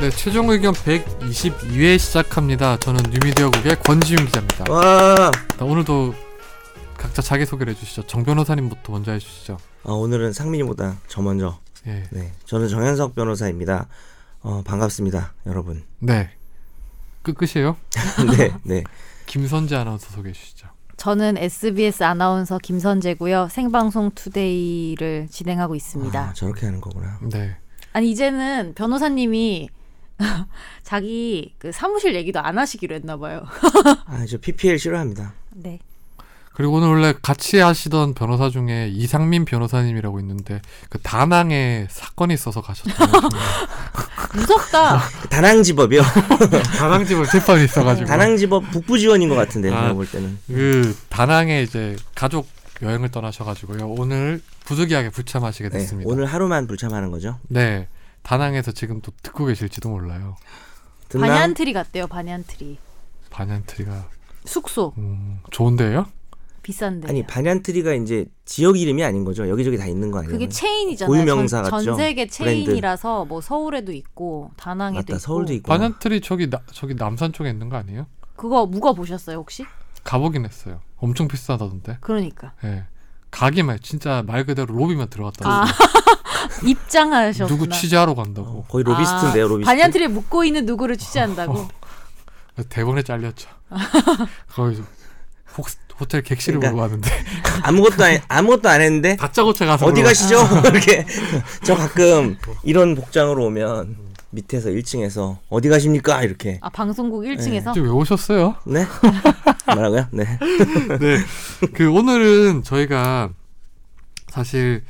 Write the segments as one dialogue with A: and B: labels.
A: 네, 최종 의견 122회 시작합니다. 저는 뉴미디어국의 권지윤 기자입니다.
B: 와.
A: 자, 오늘도 각자 자기 소개를 해주시죠. 정 변호사님부터 먼저 해주시죠.
B: 아, 오늘은 상민이보다 저 먼저.
A: 예.
B: 네, 저는 정현석 변호사입니다. 어, 반갑습니다, 여러분.
A: 네. 끝 끝이에요.
B: 네, 네.
A: 김선재 아나운서 소개해 주시죠.
C: 저는 SBS 아나운서 김선재고요. 생방송 투데이를 진행하고
B: 아,
C: 있습니다.
B: 저렇게 하는 거구나.
A: 네.
C: 아니 이제는 변호사님이 자기 그 사무실 얘기도 안 하시기로 했나 봐요.
B: 아, 저 PPL 싫어합니다.
C: 네.
A: 그리고 오늘 원래 같이 하시던 변호사 중에 이상민 변호사님이라고 있는데 그 다낭에 사건이 있어서 가셨잖아요.
B: 아,
C: 무섭다.
B: 그 다낭지법이요.
A: 다낭집을 재판이
C: 아, 네.
A: 있어가지고.
B: 다낭지법 북부지원인 것 같은데
A: 아.
B: 제가 볼 때는. 네,
A: 그 다낭에 이제 가족 여행을 떠나셔가지고요. 오늘 부득이하게 불참하시게
B: 네,
A: 됐습니다.
B: 오늘 하루만 불참하는 거죠.
A: 네. 다낭에서 지금 또 듣고 계실지도 몰라요.
B: 듣나?
C: 반얀트리 같대요. 반얀트리.
A: 반얀트리가
C: 숙소
A: 음, 좋은데요?
B: 뭐.
C: 비싼데.
B: 아니 반얀트리가 이제 지역 이름이 아닌 거죠. 여기저기 다 있는 거 아니에요?
C: 그게 체인이잖아요.
B: 네. 고유 명사
C: 전,
B: 같죠?
C: 전 세계
B: 브랜드.
C: 체인이라서 뭐 서울에도 있고 다낭에도
B: 맞다,
C: 있고.
B: 서울도 있고.
A: 어, 반얀트리 저기 나, 저기 남산 쪽에 있는 거 아니에요?
C: 그거 묵어 보셨어요 혹시?
A: 가보긴 했어요. 엄청 비싸다던데.
C: 그러니까
A: 예. 가기만 진짜 말 그대로 로비만 들어갔다고.
C: 아, 입장하셨구나.
A: 누구 취재하러
B: 어,
A: 간다고.
B: 거의 로비스트인데요, 로비스트.
C: 아, 반얀트리에 묵고 있는 누구를 취재한다고.
B: 어.
A: 대본에 잘렸죠. 거기서 혹, 호텔 객실을
B: 그러니까-
A: 물어봤는데
B: 아무것도 안, 아무것도 안 했는데
A: 다짜고짜 가서
B: 어디
A: 물어봤-
B: 가시죠? 이렇게 저 가끔 이런 복장으로 오면 밑에서 1층에서 어디 가십니까? 이렇게
C: 아 방송국
A: 네.
C: 1층에서
A: 지금 왜 오셨어요?
B: 네 뭐라고요? 네
A: 네. 그 오늘은 저희가 사실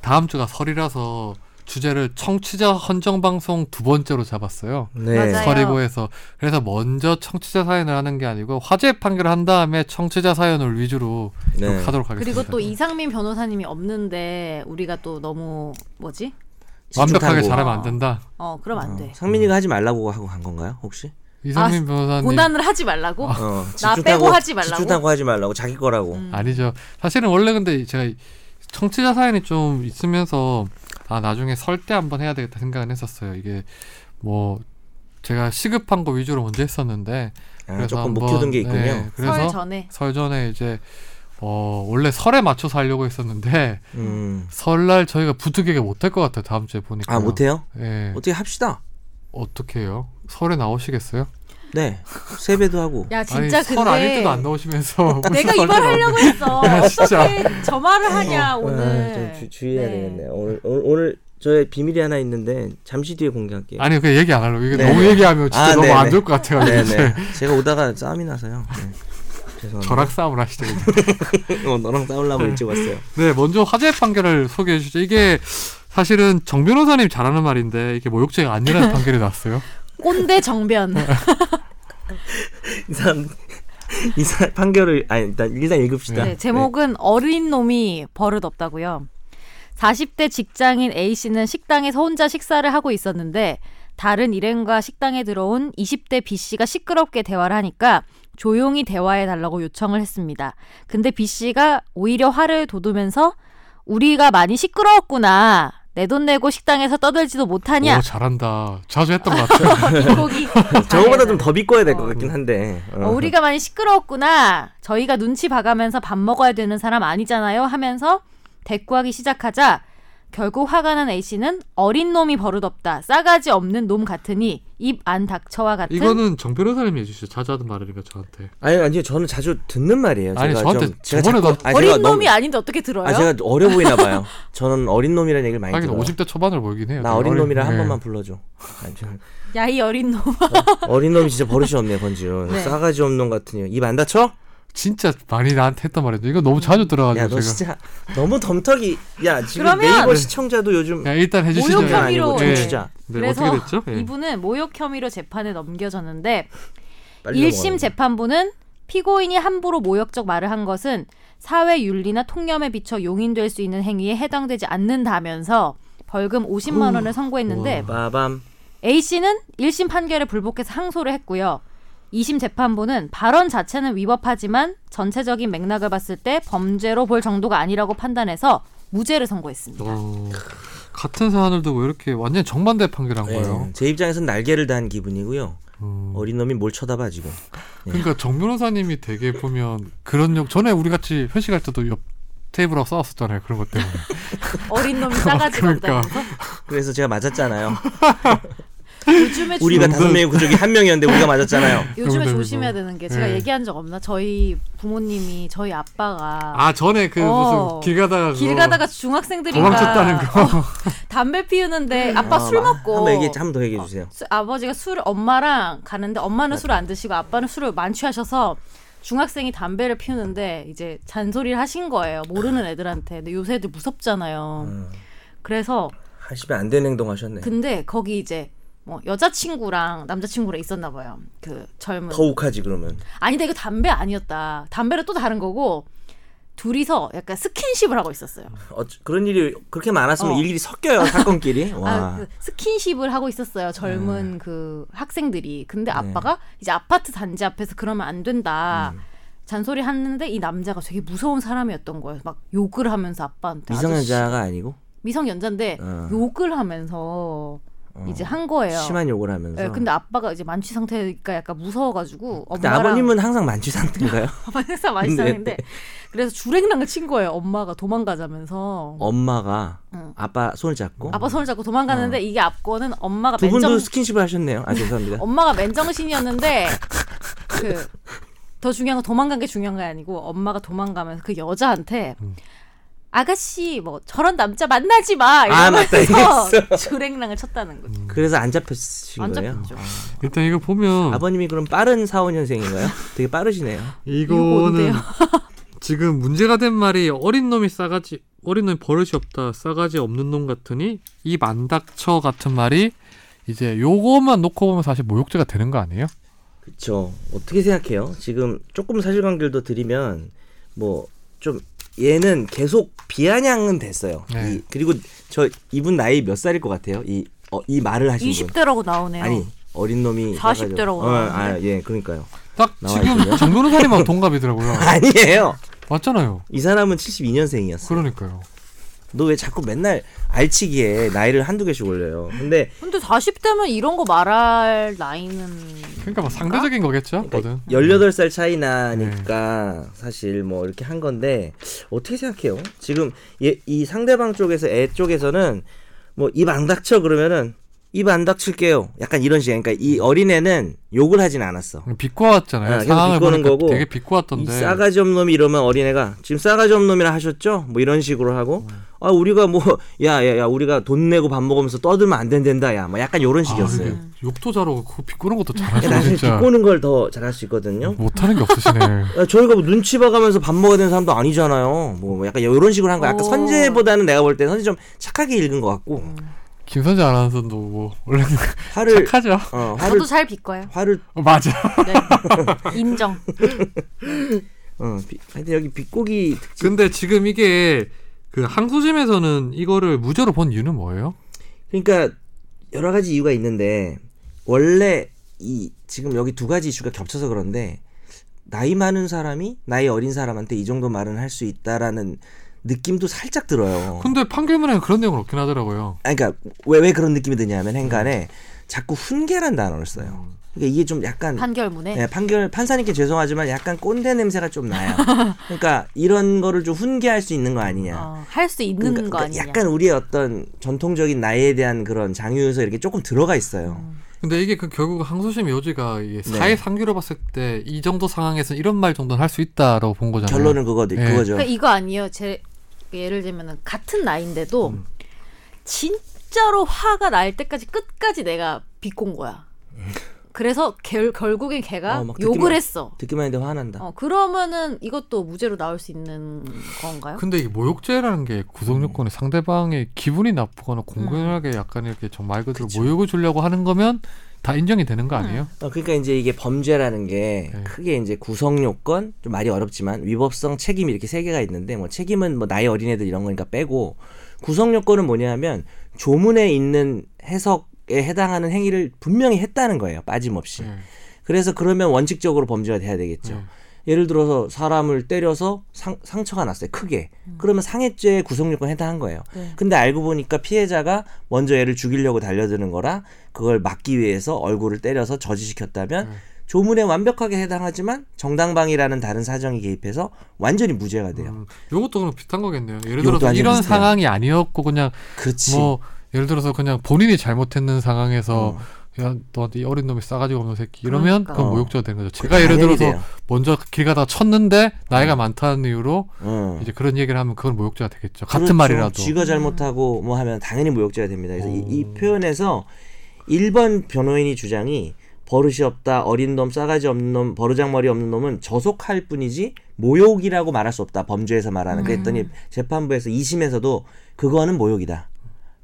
A: 다음 주가 설이라서 주제를 청취자 헌정 방송 두 번째로 잡았어요.
B: 네.
C: 맞아요.
A: 서리고에서 그래서 먼저 청취자 사연을 하는 게 아니고 화제 판결을 한 다음에 청취자 사연을 위주로
B: 네.
A: 이렇게 하도록 하겠습니다.
C: 그리고 또 이상민 변호사님이 없는데 우리가 또 너무 뭐지?
A: 완벽하게
B: 집중하고.
A: 잘하면 안 된다.
C: 어 그럼
A: 아,
C: 안 돼.
B: 어, 상민이가 하지 말라고 하고 간 건가요? 혹시?
A: 이상민 아, 변호사님
C: 고난을 하지 말라고.
B: 어,
C: 아. 나
B: 집중
C: 빼고
B: 타고-
C: 하지 말라고? 음.
B: 집중 타고 하지 말라고 자기 거라고.
A: 아니죠. 사실은 원래 근데 제가 청취자 사연이 좀 있으면서 아 나중에 설 때 한번 해야 되겠다 생각은 했었어요. 이게 뭐 제가 시급한 거 위주로 먼저 했었는데
B: 아, 조금 못 키우던 게 있군요.
A: 네, 그래서
C: 설
A: 설,
C: 전에
A: 전에 이제 어 원래 설에 맞춰서 하려고 했었는데
B: 음.
A: 설날 저희가 부득이하게 못 할 것 같아요. 다음 주에 보니까.
B: 아 못해요?
C: 네.
A: 예.
B: 어떻게 합시다.
A: 어떻게 해요? 설에 나오시겠어요?
B: 네 세배도 하고.
C: 야 진짜
A: 아니, 설 아닐
C: 근데
A: 때도 안 나오시면서
C: 내가
A: 무슨 설날
C: 이걸
A: 나오세요?
C: 하려고 했어.
A: 야, 진짜.
C: 어떻게 저 말을 하냐
B: 아, 좀
C: 오늘.
B: 주, 주의해야
C: 네.
B: 되겠네요. 오늘, 오늘 오늘 저의 비밀이 하나 있는데 잠시 뒤에 공개할게요.
A: 아니 그 얘기 안 하려고 이게
B: 네.
A: 너무 얘기하면 진짜
B: 아,
A: 너무
B: 네,
A: 안
B: 네.
A: 좋을 것 같아가지고 이제
B: 네네. 제가 오다가 싸움이 나서요. 네. 죄송합니다.
A: 저랑 싸움을 하시죠. 이제.
B: 어, 너랑 싸우려고 일찍 왔어요.
A: 네, 먼저 화재 판결을 소개해 주시죠. 이게 사실은 정 변호사님 잘하는 말인데 이게 뭐 모욕죄가 아니라는 판결이 났어요.
C: 꼰대 정변.
B: 이 사람 이 사람 판결을 아니 일단 일단 읽읍시다.
C: 네, 제목은 어린 놈이 버릇 없다고요. 40대 직장인 A 씨는 식당에서 혼자 식사를 하고 있었는데 다른 일행과 식당에 들어온 20대 B 씨가 시끄럽게 대화를 하니까 조용히 대화해 달라고 요청을 했습니다. 근데 B 씨가 오히려 화를 돋우면서 우리가 많이 시끄러웠구나. 내 돈 내고 식당에서 떠들지도 못하냐.
A: 오, 잘한다. 자주 했던 것 같아요.
C: 비꼬기.
B: 어, 네. 저거보다 좀 더 비꼬야 될 것 같긴 한데. 어.
C: 어, 우리가 많이 시끄러웠구나. 저희가 눈치 봐가면서 밥 먹어야 되는 사람 아니잖아요. 하면서 대꾸하기 시작하자 결국 화가 난 A 씨는 어린 놈이 버릇없다. 싸가지 없는 놈 같으니 입 안 닥쳐와
B: 네.
C: 같은.
A: 이거는 정 변호사님이 해주시죠. 자주 하던 말이니까 저한테.
B: 아니 아니요 저는 자주 듣는 말이에요.
A: 아니,
B: 제가
A: 저한테
B: 좀, 제가
A: 저번에도-
B: 자꾸- 아니,
C: 어린
B: 제가 너무-
C: 놈이 아닌데 어떻게 들어요?
B: 아 제가 어려 보이나 봐요. 저는 어린 놈이라는 얘기를 많이
A: 하긴
B: 들어요.
A: 50대 초반으로 보이긴 해요.
B: 나 어린 놈이라 한
A: 네.
B: 번만 불러줘. 아니, 저-
C: 야 이 어린 놈.
B: 어린 놈이 진짜 버릇이 없네요 권지훈.
C: 네.
B: 싸가지 없는 것 같으니 입 안 다쳐?
A: 진짜 많이 나한테 했던 말이죠. 이거 너무 자주
B: 야
A: 들어가지고 제가.
B: 너 진짜 너무 덤터기. 야 지금
C: 그러면-
B: 네이버 시청자도 요즘
A: 그냥 일단 해주시죠.
C: 모욕
B: 시청자
C: 혐의-
B: 아니고
C: 혐의로-
B: 청취자.
A: 네,
C: 그래서
A: 어떻게 됐죠? 예.
C: 이분은 모욕 혐의로 재판에 넘겨졌는데
B: 빨리
C: 일심
B: 넘어가요.
C: 재판부는 피고인이 함부로 모욕적 말을 한 것은 사회 윤리나 통념에 비쳐 용인될 수 있는 행위에 해당되지 않는다면서 벌금 50만 원을 선고했는데
B: 빠밤.
C: A 씨는 1심 판결에 불복해서 항소를 했고요. 2심 재판부는 발언 자체는 위법하지만 전체적인 맥락을 봤을 때 범죄로 볼 정도가 아니라고 판단해서 무죄를 선고했습니다.
A: 어, 같은 사안을 두고 이렇게 완전 정반대 판결한 거예요.
B: 예, 제 입장에서는 날개를 단 기분이고요.
A: 음.
B: 어린 놈이 뭘 쳐다봐 지금.
A: 그러니까 정 변호사님이 되게 보면 그런 역 전에 우리 같이 회식할 때도 옆 테이블하고 싸웠었잖아요. 그런 것 때문에.
C: 어린 놈이 싸가지가
A: 그러니까.
C: 없다면서
B: 그래서 제가 맞았잖아요.
C: 요즘에
B: 우리가
C: 조-
B: 다섯 명이고 저기 한 명이었는데 우리가 맞았잖아요.
C: 요즘에
A: 그러면
C: 조심해야 되는 게 제가
A: 예.
C: 얘기한 적 없나? 저희 부모님이 저희 아빠가
A: 아 전에 그
C: 어.
A: 무슨 길 가다가
C: 길
A: 그거
C: 가다가 중학생들이랑
A: 도망쳤다는 거.
C: 담배 피우는데 아빠 술 먹고
B: 한번 얘기 한번 더 얘기해 주세요.
C: 수- 아버지가 술을 엄마랑 가는데 엄마는 술을 안 드시고 아빠는 술을 만취하셔서 중학생이 담배를 피우는데 이제 잔소리를 하신 거예요. 모르는 애들한테. 근데 요새 애들 무섭잖아요.
B: 음,
C: 그래서
B: 하시면 안 되는 행동하셨네.
C: 근데 거기 이제 뭐 여자친구랑 남자친구랑 있었나 봐요. 그 젊은
B: 더욱하지 그러면.
C: 아니다 이거 담배 아니었다. 담배는 또 다른 거고 둘이서 약간 스킨십을 하고 있었어요.
B: 어, 그런 일이 그렇게 많았으면
C: 어.
B: 일일이 섞여요 사건끼리. 와. 네.
C: 아, 그 스킨십을 하고 있었어요. 젊은 그 학생들이. 근데 아빠가 이제 아파트 단지 앞에서 그러면 안 된다.
B: 음.
C: 잔소리 하는데 이 남자가 되게 무서운 사람이었던 거예요. 막 욕을 하면서 아빠한테 그 아저씨-
B: 미성년자가 아니고
C: 미성년자인데
B: 어.
C: 욕을 하면서
B: 어,
C: 이제 한 거예요.
B: 심한 욕을 하면서.
C: 예, 근데 아빠가 이제 만취 상태니까 약간 무서워가지고
B: 근데
C: 엄마랑
B: 아버님은 네, 항상 만취 상태인가요?
C: 항상 많이 싸는데 그래서 주랭랑을 친 거예요. 엄마가 도망가자면서
B: 어. 엄마가
C: 응.
B: 아빠 손을 잡고
C: 아빠 손을 잡고 도망가는데 이게 앞거는 엄마가
B: 두 분도
C: 맨정
B: 스킨십을 하셨네요. 아 죄송합니다.
C: 엄마가 맨정신이었는데 그 더 중요한 건 도망간 게 중요한 게 아니고 엄마가 도망가면서 그 여자한테
B: 음.
C: 아가씨 뭐 저런 남자 만나지 마
B: 아, 맞다, 음.
C: 이러면서 주랭랑을 쳤다는 거죠.
B: 그래서 안 잡혔으신
C: 안
B: 거예요? 아,
C: 잡혔죠.
A: 일단 이거 보면
B: 아버님이 그럼 빠른 사원년생인가요? 되게 빠르시네요.
A: 이거는
C: 이건데요.
A: 지금 문제가 된 말이 어린 놈이 싸가지 어린 놈이 버릇이 없다 싸가지 없는 놈 같으니 입 안 닥쳐 같은 말이 이제 요거만 놓고 보면 사실 모욕죄가 되는 거 아니에요?
B: 그렇죠. 어떻게 생각해요? 지금 조금 사실관계를 더 드리면 뭐 좀 얘는 계속 비아냥은 됐어요.
A: 네.
B: 이, 그리고 저 이분 나이 몇 살일 것 같아요? 이, 어, 이 말을 하신 분.
C: 20대라고 나오네요.
B: 아니 어린 놈이
C: 40 대라고
B: 어, 아,
C: 나왔는데.
B: 예, 그러니까요.
A: 딱
B: 나와 있군요.
A: 지금 정 변호사님하고 동갑이더라고요.
B: 아니에요.
A: 맞잖아요.
B: 이 사람은 72년생이었어.
A: 그러니까요.
B: 너 왜 자꾸 맨날 알치기에 나이를 한두 개씩 올려요. 근데
C: 근데 40대면 이런 거 말할 나이는
A: 그러니까 뭐 상대적인 거겠죠.
B: 그러니까
A: 뭐든. 네.
B: 18살 차이 나니까 사실 뭐 이렇게 한 건데 어떻게 생각해요? 지금 얘- 이 상대방 쪽에서 애 쪽에서는 뭐 입 안 닥쳐 그러면은 입 안 닥칠게요. 약간 이런 식의 그러니까 이 어린애는 욕을 하진 않았어.
A: 비꼬았잖아요.
B: 아, 계속
A: 상황을
B: 비꼬는
A: 보니까
B: 거고.
A: 되게
B: 이
A: 비꼬았던데. 아,
B: 싸가지 없는 놈이 이러면 어린애가 지금 싸가지 없는 놈이라 하셨죠? 뭐 이런 식으로 하고
A: 음.
B: 아 우리가 뭐 야 야 야 우리가 돈 내고 밥 먹으면서 떠들면 안 된다 야 뭐 약간 이런 식이었어요. 음.
A: 아, 이게 욕도 잘하고 그 비꼬는 것도
B: 나
A: 잘하시고
B: 사실
A: 진짜
B: 비꼬는 걸 더 잘할 수 있거든요.
A: 못하는 게 없으시네.
B: 야, 저희가 뭐 눈치 봐가면서 밥 먹어야 되는 사람도 아니잖아요. 뭐 약간 이런 식으로 한 거야. 약간
C: 어.
B: 선제보다는 내가 볼 때 선제 좀 착하게 읽은 것 같고
A: 김선재 아나운서도 뭐 원래
B: 화를
A: 착하죠.
B: 어, 화를
C: 저도 잘 비꿔요.
B: 화를
A: 어, 맞아.
C: 네. 인정.
B: 어 비, 하여튼 여기 비꼬기 특집
A: 근데 지금 이게 그 항소심에서는 이거를 무죄로 본 이유는 뭐예요?
B: 그러니까 여러 가지 이유가 있는데 원래 이 지금 여기 두 가지 이슈가 겹쳐서 그런데 나이 많은 사람이 나이 어린 사람한테 이 정도 말은 할 수 있다라는 느낌도 살짝 들어요.
A: 근데 판결문에는 그런 내용은 없긴 하더라고요.
B: 아니, 그러니까 왜, 왜 그런 느낌이 드냐면 행간에 자꾸 훈계란 단어를 써요. 그러니까 이게 좀 약간
C: 판결문에
B: 예, 판결 판사님께 죄송하지만 약간 꼰대 냄새가 좀 나요. 그러니까 이런 거를 좀 훈계할 수 있는 거 아니냐.
C: 어, 할수 있는
B: 그러니까-
C: 거
B: 그러니까
C: 아니냐.
B: 약간 우리의 어떤 전통적인 나이에 대한 그런 장유 요소 이렇게 조금 들어가 있어요.
C: 음.
A: 근데 이게 그 결국 항소심 여지가 이게
B: 네.
A: 사회 상규로 봤을 때 이 정도 상황에서 이런 말 정도는 할 수 있다라고 본 거잖아요.
B: 결론은 그거
A: 예.
B: 그거죠.
C: 그러니까 이거 아니에요. 제 예를 들면 같은 나이인데도
B: 음.
C: 진짜로 화가 날 때까지 끝까지 내가 비꼰 거야. 그래서 결, 결국엔 걔가
B: 예. 어, 막 듣기만-
C: 욕을 했어.
B: 듣기만 해도 화난다.
C: 어, 그러면은 이것도 무죄로 나올 수 있는 건가요?
A: 근데 이게 모욕죄라는 게 구성
B: 음.
A: 요건에 상대방의 기분이
C: 음.
A: 나쁘거나 공공연하게 약간 이렇게 좀 말 그대로 모욕을 주려고 하는 거면 다 인정이 되는 거
C: 음.
A: 아니에요?
B: 어, 그러니까 이제 이게 범죄라는 게
A: 네.
B: 크게 이제 구성 요건 좀 말이 어렵지만 위법성 책임 이렇게 세 개가 있는데 뭐 책임은 뭐 나이 어린애들 이런 거니까 빼고 구성 요건은 뭐냐면 조문에 있는 해석에 해당하는 행위를 분명히 했다는 거예요 빠짐없이
A: 예.
B: 그래서 그러면 원칙적으로 범죄가 돼야 되겠죠
A: 네.
B: 예를 들어서 사람을 때려서 상, 상처가 났어요. 크게.
A: 음.
B: 그러면 상해죄 구속요건에 해당한 거예요.
C: 네.
B: 근데 알고 보니까 피해자가 먼저 얘를 죽이려고 달려드는 거라 그걸 막기 위해서 얼굴을 때려서
A: 음.
B: 저지시켰다면 조문에 완벽하게 해당하지만 정당방위라는 다른 사정이 개입해서 완전히 무죄가 돼요.
A: 음, 요것도 그럼 비슷한 거겠네요. 예를
B: 요것도
A: 들어서
B: 완전
A: 이런
B: 비슷해요.
A: 상황이 아니었고 그냥
B: 그치.
A: 뭐 예를 들어서 그냥 본인이 잘못했는 상황에서
B: 어.
A: 야 너한테 이 어린 놈이 싸가지고 없는 새끼 이러면
C: 그러니까.
A: 그건
B: 어.
A: 모욕죄가 되는 거죠. 제가 예를
B: 당연히
A: 들어서
B: 돼요. 음.
A: 먼저 길 가다 쳤는데 나이가 많다는 이유로
B: 어.
A: 이제 그런 얘기를 하면 그건 모욕죄가 되겠죠. 같은
B: 그렇죠.
A: 말이라도.
B: 쥐가 잘못하고 뭐 하면 당연히 모욕죄가 됩니다. 그래서 이, 이
A: 어.
B: 표현에서 1번 변호인이 주장이 버릇이 없다, 어린 놈, 싸가지 없는 놈, 버르장머리 없는 놈은 저속할 뿐이지 모욕이라고 말할 수 없다. 범죄에서 말하는.
A: 음.
B: 그랬더니 재판부에서 2심에서도 그거는 모욕이다.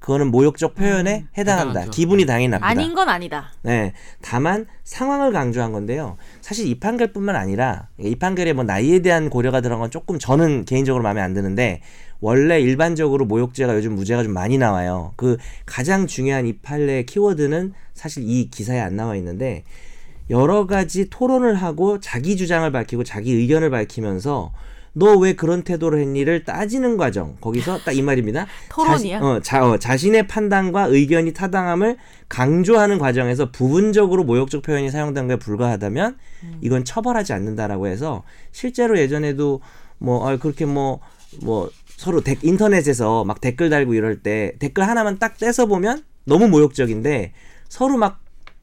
B: 그거는 모욕적 표현에
A: 음.
B: 해당한다.
A: 해당하죠.
B: 기분이 당연히 납니다.
C: 아닌 건 아니다.
B: 네, 다만 상황을 강조한 건데요. 사실 이 판결뿐만 아니라 이 판결에 뭐 나이에 대한 고려가 들어간 건 조금 저는 개인적으로 마음에 안 드는데 원래 일반적으로 모욕죄가 요즘 무죄가 좀 많이 나와요. 그 가장 중요한 이 판례의 키워드는 사실 이 기사에 안 나와 있는데 여러 가지 토론을 하고 자기 주장을 밝히고 자기 의견을 밝히면서 너 왜 그런 태도를 했니를 따지는 과정 거기서 딱 이 말입니다.
C: 토론이야?
B: 자신, 어, 자, 어, 자신의 판단과 의견이 타당함을 강조하는 과정에서 부분적으로 모욕적 표현이 사용된 거에 불과하다면 이건 처벌하지 않는다라고 해서 실제로 예전에도 뭐 아, 그렇게 뭐 뭐 서로 댓- 인터넷에서 막 댓글 달고 이럴 때 댓글 하나만 딱 떼서 보면 너무 모욕적인데 서로 막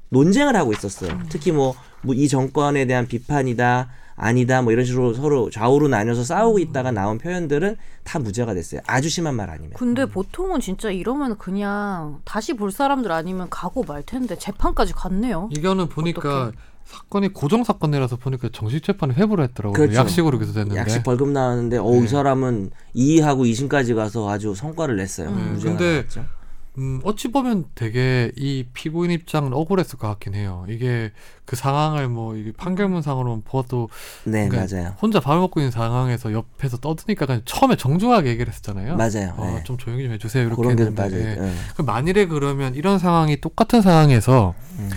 B: 논쟁을 하고 있었어요. 특히 뭐, 뭐 이 정권에 대한 비판이다, 아니다, 뭐 이런 식으로 서로 좌우로 나뉘어서 싸우고 있다가 나온 표현들은 다 무죄가 됐어요. 아주 심한 말 아니면.
C: 근데 보통은 진짜 이러면 그냥 다시 볼 사람들 아니면 가고 말 텐데 재판까지 갔네요.
B: 예.
A: 이거는 보니까
C: 어떡해.
A: 사건이 고정 사건이라서 보니까 정식 재판에 회부를 했더라고요.
B: 그렇죠.
A: 약식으로 기소됐는데.
B: 약식 벌금 나왔는데, 어우,
A: 네.
B: 이 사람은 2하고 2심까지 가서 아주 성과를 냈어요.
C: 음.
B: 무죄가
A: 근데
B: 나왔죠.
A: 음, 어찌 보면 되게 이 피고인 입장은 억울했을 것 같긴 해요. 이게 그 상황을 뭐 이게 판결문상으로 봐도
B: 네,
A: 그러니까
B: 맞아요.
A: 혼자 밥을 먹고 있는 상황에서 옆에서 떠드니까 그냥 처음에 정중하게 얘기를 했잖아요.
B: 맞아요.
A: 어,
B: 네.
A: 좀 조용히 좀 해주세요. 이렇게
B: 그런 게좀
A: 했는데.
B: 빠져요.
A: 예.
B: 네.
A: 그 만일에 그러면 이런 상황이 똑같은 상황에서
B: 음.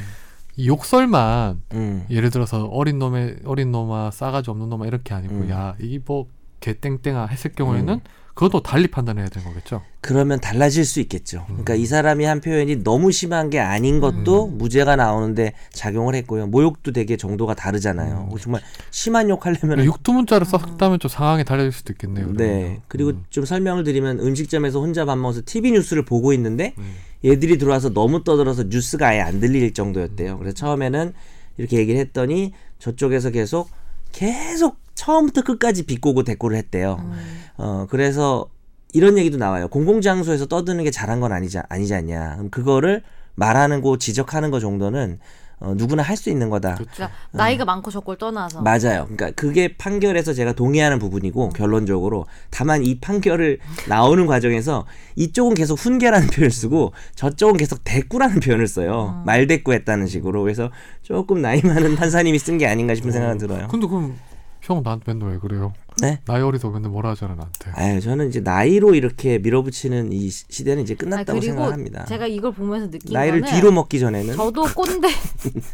A: 이 욕설만
B: 음.
A: 예를 들어서 어린 놈의 어린 놈아 싸가지 없는 놈아 이렇게 아니고
B: 음.
A: 야 이게 뭐 개땡땡아 했을 경우에는
B: 음.
A: 그것도 달리 판단해야 되는 거겠죠.
B: 그러면 달라질 수 있겠죠.
A: 음.
B: 그러니까 이 사람이 한 표현이 너무 심한 게 아닌 것도 무죄가 나오는데 작용을 했고요. 모욕도 되게 정도가 다르잖아요.
A: 음.
B: 정말 심한 욕하려면
A: 육두문자를
C: 음.
A: 썼다면 좀 상황이 달라질 수도 있겠네요.
B: 네.
A: 그러면요.
B: 그리고
A: 음.
B: 좀 설명을 드리면 음식점에서 혼자 밥 먹어서 TV 뉴스를 보고 있는데
A: 음.
B: 얘들이 들어와서 너무 떠들어서 뉴스가 아예 안 들릴 정도였대요. 그래서 처음에는 이렇게 얘기를 했더니 저쪽에서 계속 계속 처음부터 끝까지 비꼬고 대꾸를 했대요.
A: 음.
B: 어, 그래서 이런 얘기도 나와요. 공공장소에서 떠드는 게 잘한 건 아니지, 아니지 않냐. 그럼 그거를 말하는 거, 지적하는 거 정도는 어, 누구나 할 수 있는 거다.
A: 그렇죠.
C: 그러니까 나이가 많고 적고를 떠나서 음.
B: 맞아요. 그러니까 그게 판결에서 제가 동의하는 부분이고 결론적으로 다만 이 판결을 나오는 과정에서 이쪽은 계속 훈계라는 표현을 쓰고 저쪽은 계속 대꾸라는 표현을
C: 어.
B: 써요. 말 대꾸했다는 식으로. 그래서 조금 나이 많은 판사님이 쓴 게 아닌가
C: 네.
B: 싶은 생각은 들어요.
A: 근데 그럼 형 나한테 맨날 왜 그래요?
B: 네.
A: 나이 어리서 맨날 뭐라 하잖아 나한테.
B: 아유, 저는 이제 나이로 이렇게 밀어붙이는 이 시- 시대는 이제
C: 아,
B: 끝났다고
C: 그리고
B: 생각합니다.
C: 제가 이걸 보면서 느낀
B: 나이를
C: 거는
B: 뒤로 먹기 전에는
C: 저도 꼰대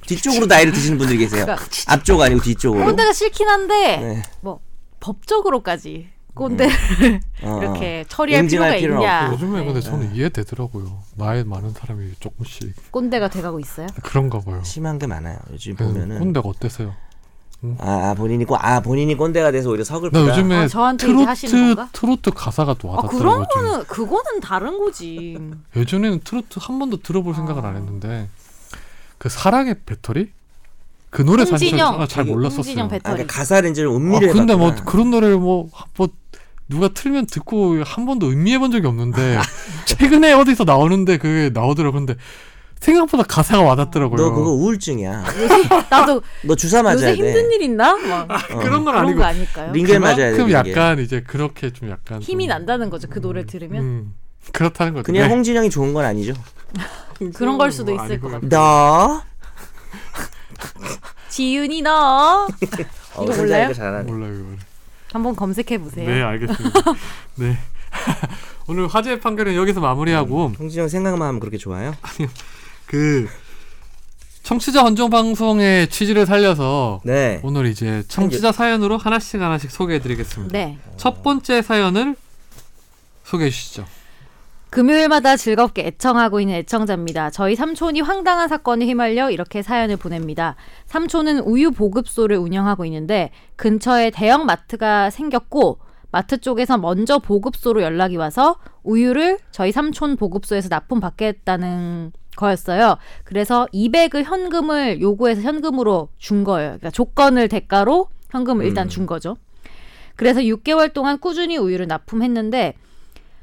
B: 뒤쪽으로 나이를 드시는 분들이 계세요.
C: 그러니까
B: 앞쪽 아니고 뒤쪽으로.
C: 꼰대가 싫긴 한데
B: 네.
C: 뭐 법적으로까지 꼰대를
B: 어, 어.
C: 이렇게 처리할
B: 응징할
C: 필요가
B: 필요는
C: 있냐
A: 요즘에
C: 네.
A: 근데 저는 이해되더라고요. 나이 많은 사람이 조금씩
C: 꼰대가 돼가고 있어요
A: 그런가 봐요.
B: 심한 게 많아요. 요즘
A: 그래서
B: 보면은
A: 꼰대가 어때서요?
B: 아, 아, 본인이 꼰, 아 본인이 꼰대가 돼서 오히려
A: 나
B: 서글프다.
A: 요즘에
C: 아, 저한테 이제 하시는
A: 트로트
C: 건가?
A: 트로트 가사가 또
C: 아
A: 와닿더라고요.
C: 그런
A: 좀.
C: 거는 그거는 다른 거지
A: 예전에는 트로트 한 번도 들어볼 생각을
C: 아.
A: 안 했는데 그 사랑의 배터리 그 노래 사실
C: 홍진영.
A: 저는 잘
B: 이게
A: 몰랐었어요.
C: 홍진영
A: 아
B: 아,
C: 배터리
B: 그러니까 가사를 이제 음미를
A: 근데 뭐
B: 해봤구나.
A: 그런 노래를 뭐, 뭐 누가 틀면 듣고 한 번도 음미해본 적이 없는데 최근에 어디서 나오는데 그게 나오더라고 근데 생각보다 가사가 와닿더라고요.
B: 너 그거 우울증이야.
C: 나도
B: 너 주사
C: 요새
B: 맞아야
C: 힘든
B: 돼. 어.
C: 일 있나? 막
A: 그런 건
C: 그런
A: 아니고
C: 거 아닐까요?
B: 링겔 맞아야 돼.
A: 그만큼
B: 링겔.
A: 약간 이제 그렇게 좀 약간
C: 힘이
A: 좀,
C: 난다는 거죠 그 노래 들으면
A: 음, 그렇다는 거죠. 네.
B: 그냥 홍진영이 좋은 건 아니죠.
C: 그런 걸 수도
A: 뭐
C: 있을 것 같아요.
B: 너
C: 지윤이
B: 어,
C: 너 이거
B: 혼자
C: 몰라요?
B: 이거 잘하네.
A: 몰라요. 이거를.
C: 한번 검색해 보세요.
A: 네 알겠습니다. 네 오늘 화재
B: 음.
A: 판결은 여기서 마무리하고 아,
B: 홍진영 생각만 하면 그렇게 좋아요?
A: 그 청취자 헌정 방송의 취지를 살려서
B: 네.
A: 오늘 이제 청취자 사연으로 하나씩 하나씩 소개해드리겠습니다.
C: 네.
A: 첫 번째 사연을 소개해 주시죠.
C: 금요일마다 즐겁게 애청하고 있는 애청자입니다. 저희 삼촌이 황당한 사건에 휘말려 이렇게 사연을 보냅니다. 삼촌은 우유 보급소를 운영하고 있는데 근처에 대형 마트가 생겼고 마트 쪽에서 먼저 보급소로 연락이 와서 우유를 저희 삼촌 보급소에서 납품 받겠다는 거였어요. 그래서 200을 현금을 요구해서 현금으로 준 거예요. 그러니까 조건을 대가로 현금을 일단
B: 음.
C: 준 거죠. 그래서 6개월 동안 꾸준히 우유를 납품했는데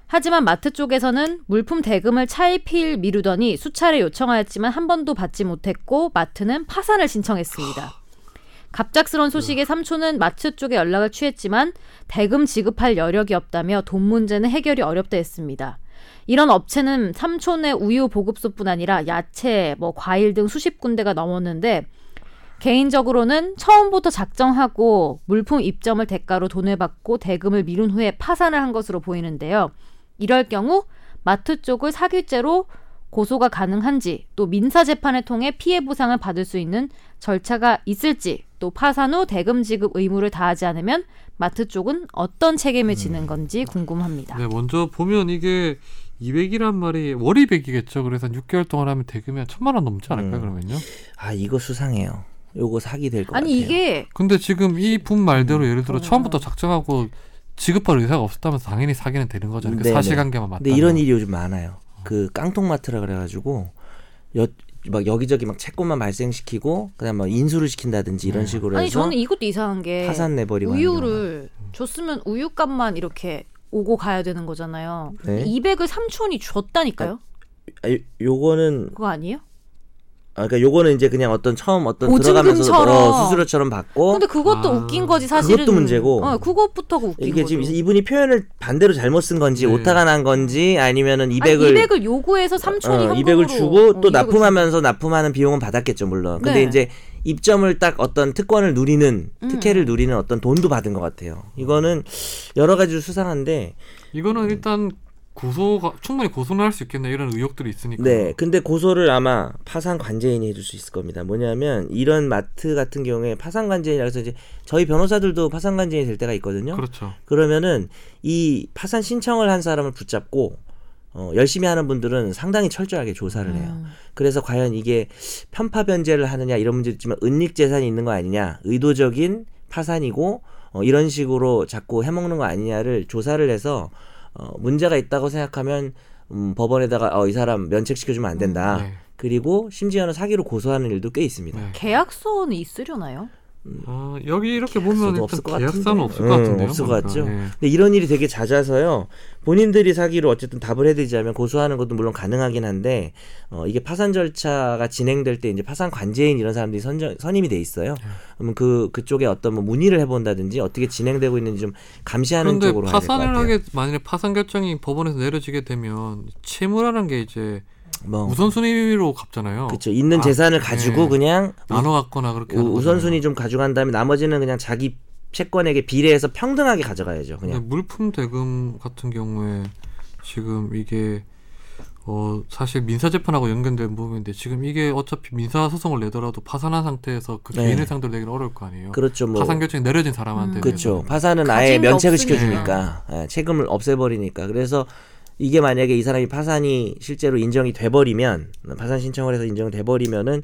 C: 하지만 마트 쪽에서는 물품 대금을 차일피일 미루더니 수차례 요청하였지만 한 번도 받지 못했고 마트는 파산을 신청했습니다. 갑작스런 소식에 삼촌은 마트 쪽에 연락을 취했지만 대금 지급할 여력이 없다며 돈 문제는 해결이 어렵다 했습니다. 이런 업체는 삼촌의 우유 보급소뿐 아니라 야채, 뭐 과일 등 수십 군데가 넘었는데 개인적으로는 처음부터 작정하고 물품 입점을 대가로 돈을 받고 대금을 미룬 후에 파산을 한 것으로 보이는데요. 이럴 경우 마트 쪽을 사기죄로 고소가 가능한지 또 민사 재판을 통해 피해 보상을 받을 수 있는 절차가 있을지 또 파산 후 대금 지급 의무를 다하지 않으면 마트 쪽은 어떤 책임을 지는 건지 궁금합니다.
A: 네, 먼저 보면 이게 200이란 말이 월이백이겠죠. 그래서 한 6개월 동안 하면 대금이 한 천만 원 넘지 않을까요,
B: 음.
A: 그러면요?
B: 아 이거 수상해요. 요거 사기 될 것 같아요.
C: 아니 이게
A: 근데 지금 이 분 말대로 예를 들어
C: 그러면-
A: 처음부터 작정하고 지급할 의사가 없었다면 당연히 사기는 되는 거죠. 그러니까
B: 네네.
A: 사실관계만 맞다.
B: 근데 이런 일이 요즘 많아요. 그 깡통마트라 그래가지고 여, 막 여기저기 막 채권만 발생시키고 그다음 막 인수를 시킨다든지 이런
A: 네.
B: 식으로
C: 아니
B: 해서
C: 저는 이것도 이상한 게
B: 파산 내버리고 하는
C: 우유를 줬으면 우유값만 이렇게 오고 가야 되는 거잖아요.
B: 네.
C: 200을 삼촌이 줬다니까요.
B: 경우가- 아, 요- 요거는
C: 그거 아니에요?
B: 아, 그러니까 요거는 이제 그냥 어떤 처음 어떤
C: 보증금처럼.
B: 들어가면서 어, 수수료처럼 받고
C: 근데 그것도
A: 아.
C: 웃긴 거지 사실은.
B: 그것도 문제고.
C: 어, 그것부터가 웃긴
B: 이게
C: 거죠.
B: 지금 이분이 표현을 반대로 잘못 쓴 건지
A: 네.
B: 오타가 난 건지 아니면은 200을,
C: 아니, 200을 요구해서 삼촌이
B: 어,
C: 현금으로
B: 200을 주고
C: 어,
B: 또
C: 200을
B: 납품하면서 납품하는 비용은 받았겠죠 물론. 근데
C: 네. 음.
B: 이제 입점을 딱 어떤 특권을 누리는 특혜를 누리는 어떤 돈도 받은 것 같아요. 이거는 여러 가지로 수상한데 음.
A: 이거는 일단 고소가 충분히 고소는 할 수 있겠네 이런 의혹들이 있으니까.
B: 네, 근데 고소를 아마 파산 관제인이 해줄 수 있을 겁니다. 뭐냐면 이런 마트 같은 경우에 파산 관제인이라서 이제 저희 변호사들도 파산 관제인이 될 때가 있거든요.
A: 그렇죠.
B: 그러면은 이 파산 신청을 한 사람을 붙잡고 어, 열심히 하는 분들은 상당히 철저하게
A: 아,
B: 조사를
C: 주고.
B: 해요.
C: 음.
B: 그래서 과연 이게 편파 변제를 하느냐 이런 문제 있지만 은닉 재산이 있는 거 아니냐, 의도적인 파산이고 어, 이런 식으로 자꾸 해먹는 거 아니냐를 조사를 해서 어, 문제가 있다고 생각하면 음, 법원에다가 어, 이 사람 면책시켜주면 안 된다.
A: 네.
B: 그리고 심지어는 사기로 고소하는 일도 꽤 있습니다.
A: 네.
C: 계약서는 있으려나요?
A: 아, 여기 이렇게 보면 일단
B: 없을 것
A: 계약서는
B: 같은데.
A: 없을 것
B: 음,
A: 같은데요.
B: 없을 것
A: 그러니까,
B: 같죠?
A: 예.
B: 근데 이런 일이 되게 잦아서요. 본인들이 사기로 어쨌든 답을 해드리자면 고소하는 것도 물론 가능하긴 한데 어, 이게 파산 절차가 진행될 때 이제 파산 관제인 이런 사람들이 선정, 선임이 돼 있어요.
A: 네.
B: 그러면 그 그쪽에 어떤 뭐 문의를 해본다든지 어떻게 진행되고 있는지 좀 감시하는
A: 그런데
B: 쪽으로 가야 될 것
A: 파산을
B: 같아요.
A: 하게 만약에 파산 결정이 법원에서 내려지게 되면 채무라는 게 이제
B: 뭐
A: 우선순위로 갚잖아요.
B: 그렇죠. 있는
A: 아,
B: 재산을 가지고
A: 네.
B: 그냥
A: 나눠 갖거나 그렇게 하는
B: 우, 선순위
A: 거잖아요.
B: 좀 가져간 다음에 나머지는 그냥 자기 채권에게 비례해서 평등하게 가져가야죠.
A: 근데
B: 그냥
A: 물품 대금 같은 경우에 지금 이게 어 사실 민사 재판하고 연관된 부분인데 지금 이게 어차피 민사 소송을 내더라도 파산한 상태에서 그
B: 네.
A: 개인을 상대로 내기는 어려울 거 아니에요.
B: 그렇죠. 뭐
A: 네. 파산 결정이 내려진 사람한테
C: 음.
B: 그렇죠.
A: 내서는.
B: 파산은
C: 가진
B: 아예
C: 게
B: 면책을
C: 없으니까.
B: 시켜주니까 예, 세금을 없애버리니까 그래서 이게 만약에 이 사람이 파산이 실제로 인정이 돼버리면 파산 신청을 해서 인정돼버리면은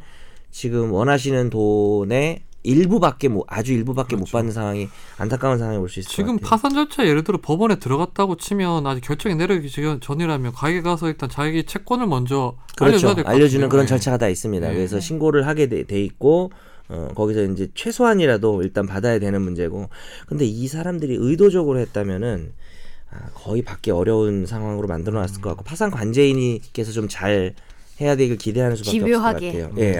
B: 지금 원하시는 돈의 일부밖에 못 아주 일부밖에 못 받는 상황이 안타까운 상황이 올 수 있을
A: 그렇죠. 지금
B: 것 같아요.
A: 파산 절차 예를 들어 법원에 들어갔다고 치면 아직 결정이 내려기 전- 전이라면 가게 가서 일단 자기 채권을 먼저
B: 그렇죠.
A: 알려줘야 될것
B: 알려주는
A: 같은데요.
B: 그런
A: 네.
B: 절차가 다 있습니다.
A: 네.
B: 그래서 신고를 하게 돼, 돼 있고 어, 거기서 이제 최소한이라도 일단 받아야 되는 문제고. 근데 이 사람들이 의도적으로 했다면은 아, 거의 받기 어려운 상황으로 만들어 놨을 것 같고 파산 관제인이께서 좀 잘 해야 되길 기대하는 수밖에 없을 것
C: 집요하게.
A: 네.
B: 같아요. 예,